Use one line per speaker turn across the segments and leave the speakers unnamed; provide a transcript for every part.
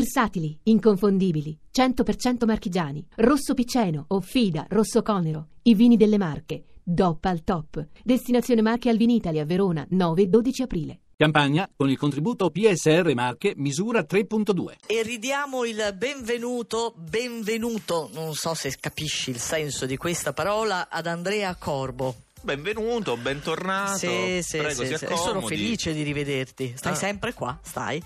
Versatili, inconfondibili, 100% marchigiani, Rosso Piceno, Offida, Rosso Conero, i vini delle Marche, DOP al top. Destinazione Marche al Vinitali a Verona, 9 e 12 aprile.
Campagna con il contributo PSR Marche misura 3.2.
E ridiamo il benvenuto, benvenuto, non so se capisci il senso di questa parola, ad Andrea Corbo.
Benvenuto, bentornato.
Sì, sì,
Ah, Prego,
sì,
si
sì.
accomodi.
sono felice di rivederti. Stai
Ah.
sempre qua, stai.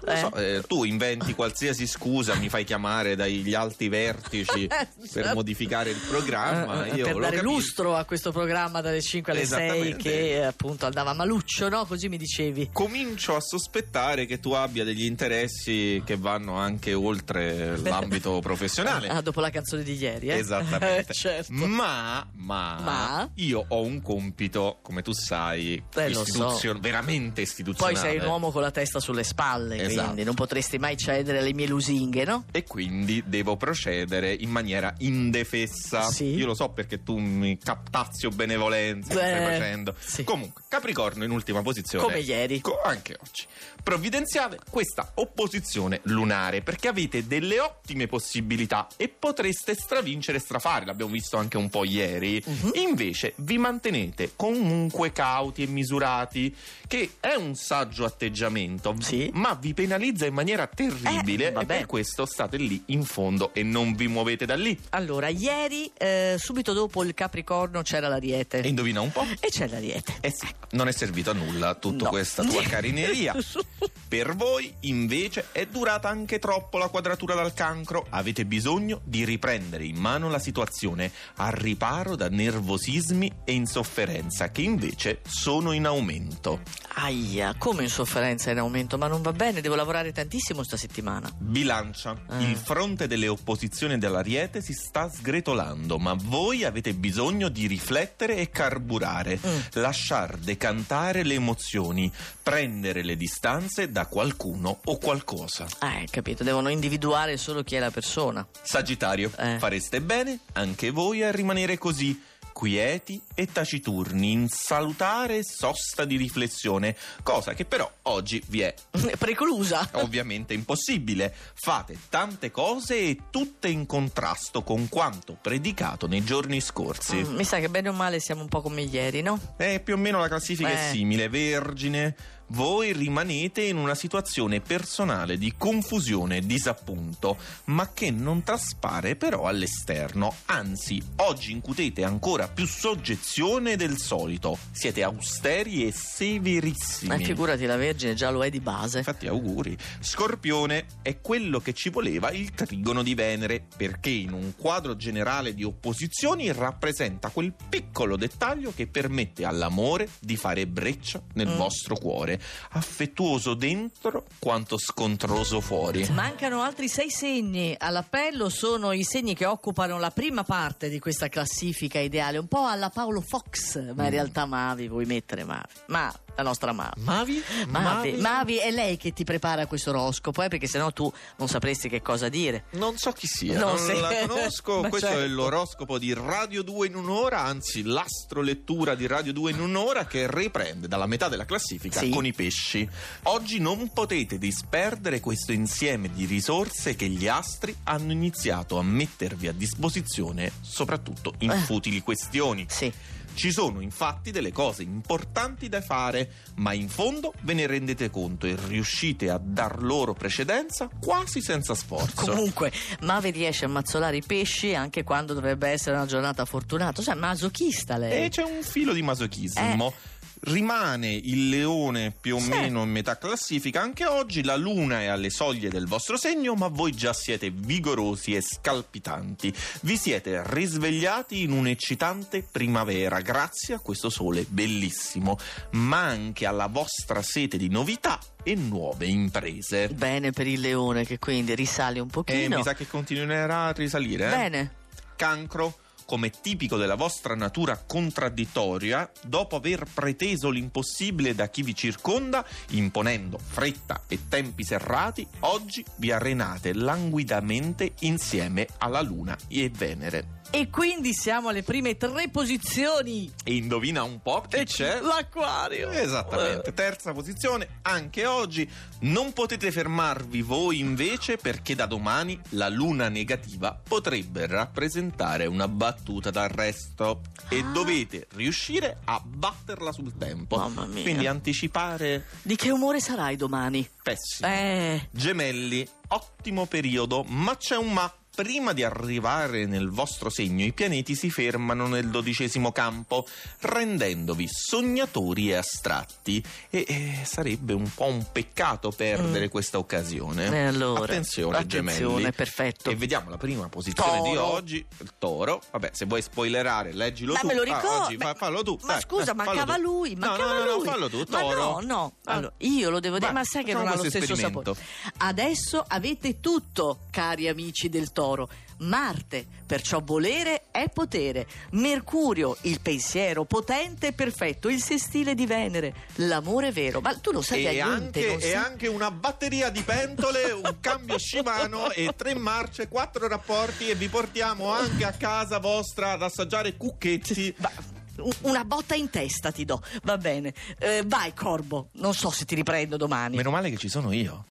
Lo so,
Eh?
eh, tu inventi qualsiasi scusa, mi fai chiamare dagli alti vertici per modificare il programma.
certo. Eh, eh,
io
per
lo
dare
capisco.
lustro a questo programma dalle 5 alle 6
Esattamente.
che eh, appunto andava a maluccio, no? Così mi dicevi.
Comincio a sospettare che tu abbia degli interessi che vanno anche oltre l'ambito
Ah,
professionale.
dopo la canzone di ieri, eh?
Esattamente.
Eh, certo.
ma, ma,
Ma?
io ho un compito, come tu sai,
Eh, lo so.
istituzio- veramente
Poi
istituzionale.
sei un uomo con la testa sulle spalle,
Esatto.
quindi non potresti mai cedere alle mie lusinghe, no?
e quindi devo procedere in maniera indefessa.
Sì.
Io lo so perché tu mi captazio benevolenza
Beh,
stai facendo.
sì.
Comunque, Capricorno in ultima posizione.
Come ieri.
Co- anche oggi. Provvidenziale questa opposizione lunare perché avete delle ottime possibilità e potreste stravincere e strafare, l'abbiamo visto anche un po' ieri.
Mhm.
Invece vi mantenete comunque cauti e misurati, che è un saggio atteggiamento,
Sì.
ma vi penalizza in maniera terribile
Eh,
e
vabbè.
per questo state lì in fondo e non vi muovete da lì.
Allora, ieri, eh, subito dopo il Capricorno, c'era l'Ariete.
E indovina un po'.
E c'è l'Ariete.
Eh sì, non è servito a nulla tutta
No.
questa tua carineria. Per voi, invece, è durata anche troppo la quadratura dal cancro. Avete bisogno di riprendere in mano la situazione al riparo da nervosismi e insofferenza, che invece sono in aumento.
Aia, come insofferenza in aumento, ma non va bene, devo lavorare tantissimo sta settimana.
Bilancia.
Ah.
Il fronte delle opposizioni dell'Ariete si sta sgretolando, ma voi avete bisogno di riflettere e carburare,
Mm.
lasciar decantare le emozioni, prendere le distanze da qualcuno o qualcosa.
Eh, capito, devono individuare solo chi è la persona.
Sagittario,
Eh.
fareste bene anche voi a rimanere così. Quieti e taciturni, in salutare sosta di riflessione, cosa che però oggi vi è
Preclusa.
ovviamente impossibile. Fate tante cose e tutte in contrasto con quanto predicato nei giorni scorsi.
Mm, mi sa che bene o male siamo un po' come ieri, no?
Eh, più o meno la classifica è
Eh.
simile, Vergine. Voi rimanete in una situazione personale di confusione e disappunto, ma che non traspare però all'esterno. Anzi, oggi incutete ancora più soggezione del solito. Siete austeri e
Eh,
severissimi.
figurati, la Vergine già lo è di base.
Infatti, auguri. Scorpione è quello che ci voleva il trigono di Venere, perché in un quadro generale di opposizioni rappresenta quel piccolo dettaglio che permette all'amore di fare breccia nel
Mm.
vostro cuore, affettuoso dentro quanto scontroso fuori.
Mancano altri sei segni. All'appello sono i segni che occupano la prima parte di questa classifica ideale, un po' alla Paolo Fox, ma in
Mm.
realtà Mavi, vuoi mettere Mavi? Ma la nostra Mavi.
Mavi?
Mavi, Mavi è lei che ti prepara questo oroscopo, eh, perché sennò tu non sapresti che cosa dire.
Non so chi sia,
No,
non
sì.
la conosco.
Ma
Questo
certo.
è l'oroscopo di Radio 2 in un'ora, anzi l'astrolettura di Radio 2 in un'ora che riprende dalla metà della classifica
Sì.
con i pesci. Oggi non potete disperdere questo insieme di risorse che gli astri hanno iniziato a mettervi a disposizione, soprattutto in
Eh.
futili questioni.
Sì.
Ci sono infatti delle cose importanti da fare, ma in fondo ve ne rendete conto e riuscite a dar loro precedenza quasi senza sforzo.
Comunque, Mavi riesce a mazzolare i pesci anche quando dovrebbe essere una giornata fortunata. Cioè, masochista lei.
E c'è un filo di masochismo. Rimane il leone più o
Sì.
meno in metà classifica anche oggi, la luna è alle soglie del vostro segno, ma voi già siete vigorosi e scalpitanti. Vi siete risvegliati in un'eccitante primavera grazie a questo sole bellissimo, ma anche alla vostra sete di novità e nuove imprese.
Bene per il leone che quindi risale un
E
pochino.
Eh, mi sa che continuerà a risalire. eh?
Bene.
cancro come tipico della vostra natura contraddittoria, dopo aver preteso l'impossibile da chi vi circonda, imponendo fretta e tempi serrati, oggi vi arenate languidamente insieme alla Luna e Venere.
E quindi siamo alle prime tre posizioni.
E indovina un po' chi
E Eh.
c'è?
L'acquario.
Esattamente, terza posizione anche oggi. Non potete fermarvi voi invece perché da domani la luna negativa potrebbe rappresentare una battuta d'arresto e
Ah.
dovete riuscire a batterla sul tempo.
Mamma mia.
Quindi anticipare
Di che umore sarai domani?
pessimo.
Eh.
Gemelli, ottimo periodo, ma c'è un ma. Prima di arrivare nel vostro segno, i pianeti si fermano nel dodicesimo campo, rendendovi sognatori e astratti. E eh, sarebbe un po' un peccato perdere
Mm.
questa occasione.
E allora,
attenzione,
attenzione,
gemelli.
perfetto.
E vediamo la prima posizione di
Toro.
oggi, il toro. Vabbè, se vuoi spoilerare, leggilo
Ma
tu.
me lo
Ah,
ricordo.
oggi, fa-
Beh,
fallo tu.
Ma
dai,
scusa,
eh, fallo
mancava
tu.
lui.
No,
Mancava
no, no, no,
lui.
fallo tu,
Ma
toro.
no, no.
Ah.
Allora, io lo devo dire, ma
Vai,
sai che
facciamo
non ha lo
questo
stesso
esperimento.
sapore. Adesso avete tutto, cari amici del toro. Marte, perciò volere è potere. Mercurio, il pensiero potente e perfetto. Il sestile di Venere, l'amore vero. Ma tu lo sai che
e,
agli Unte
anche,
non
e
si-
anche una batteria di pentole, un cambio scimano e tre marce, quattro rapporti e vi portiamo anche a casa vostra ad assaggiare cucchetti.
Ma- u- Una botta in testa ti do, va bene. Eh, vai, Corbo, non so se ti riprendo domani.
Meno male che ci sono io.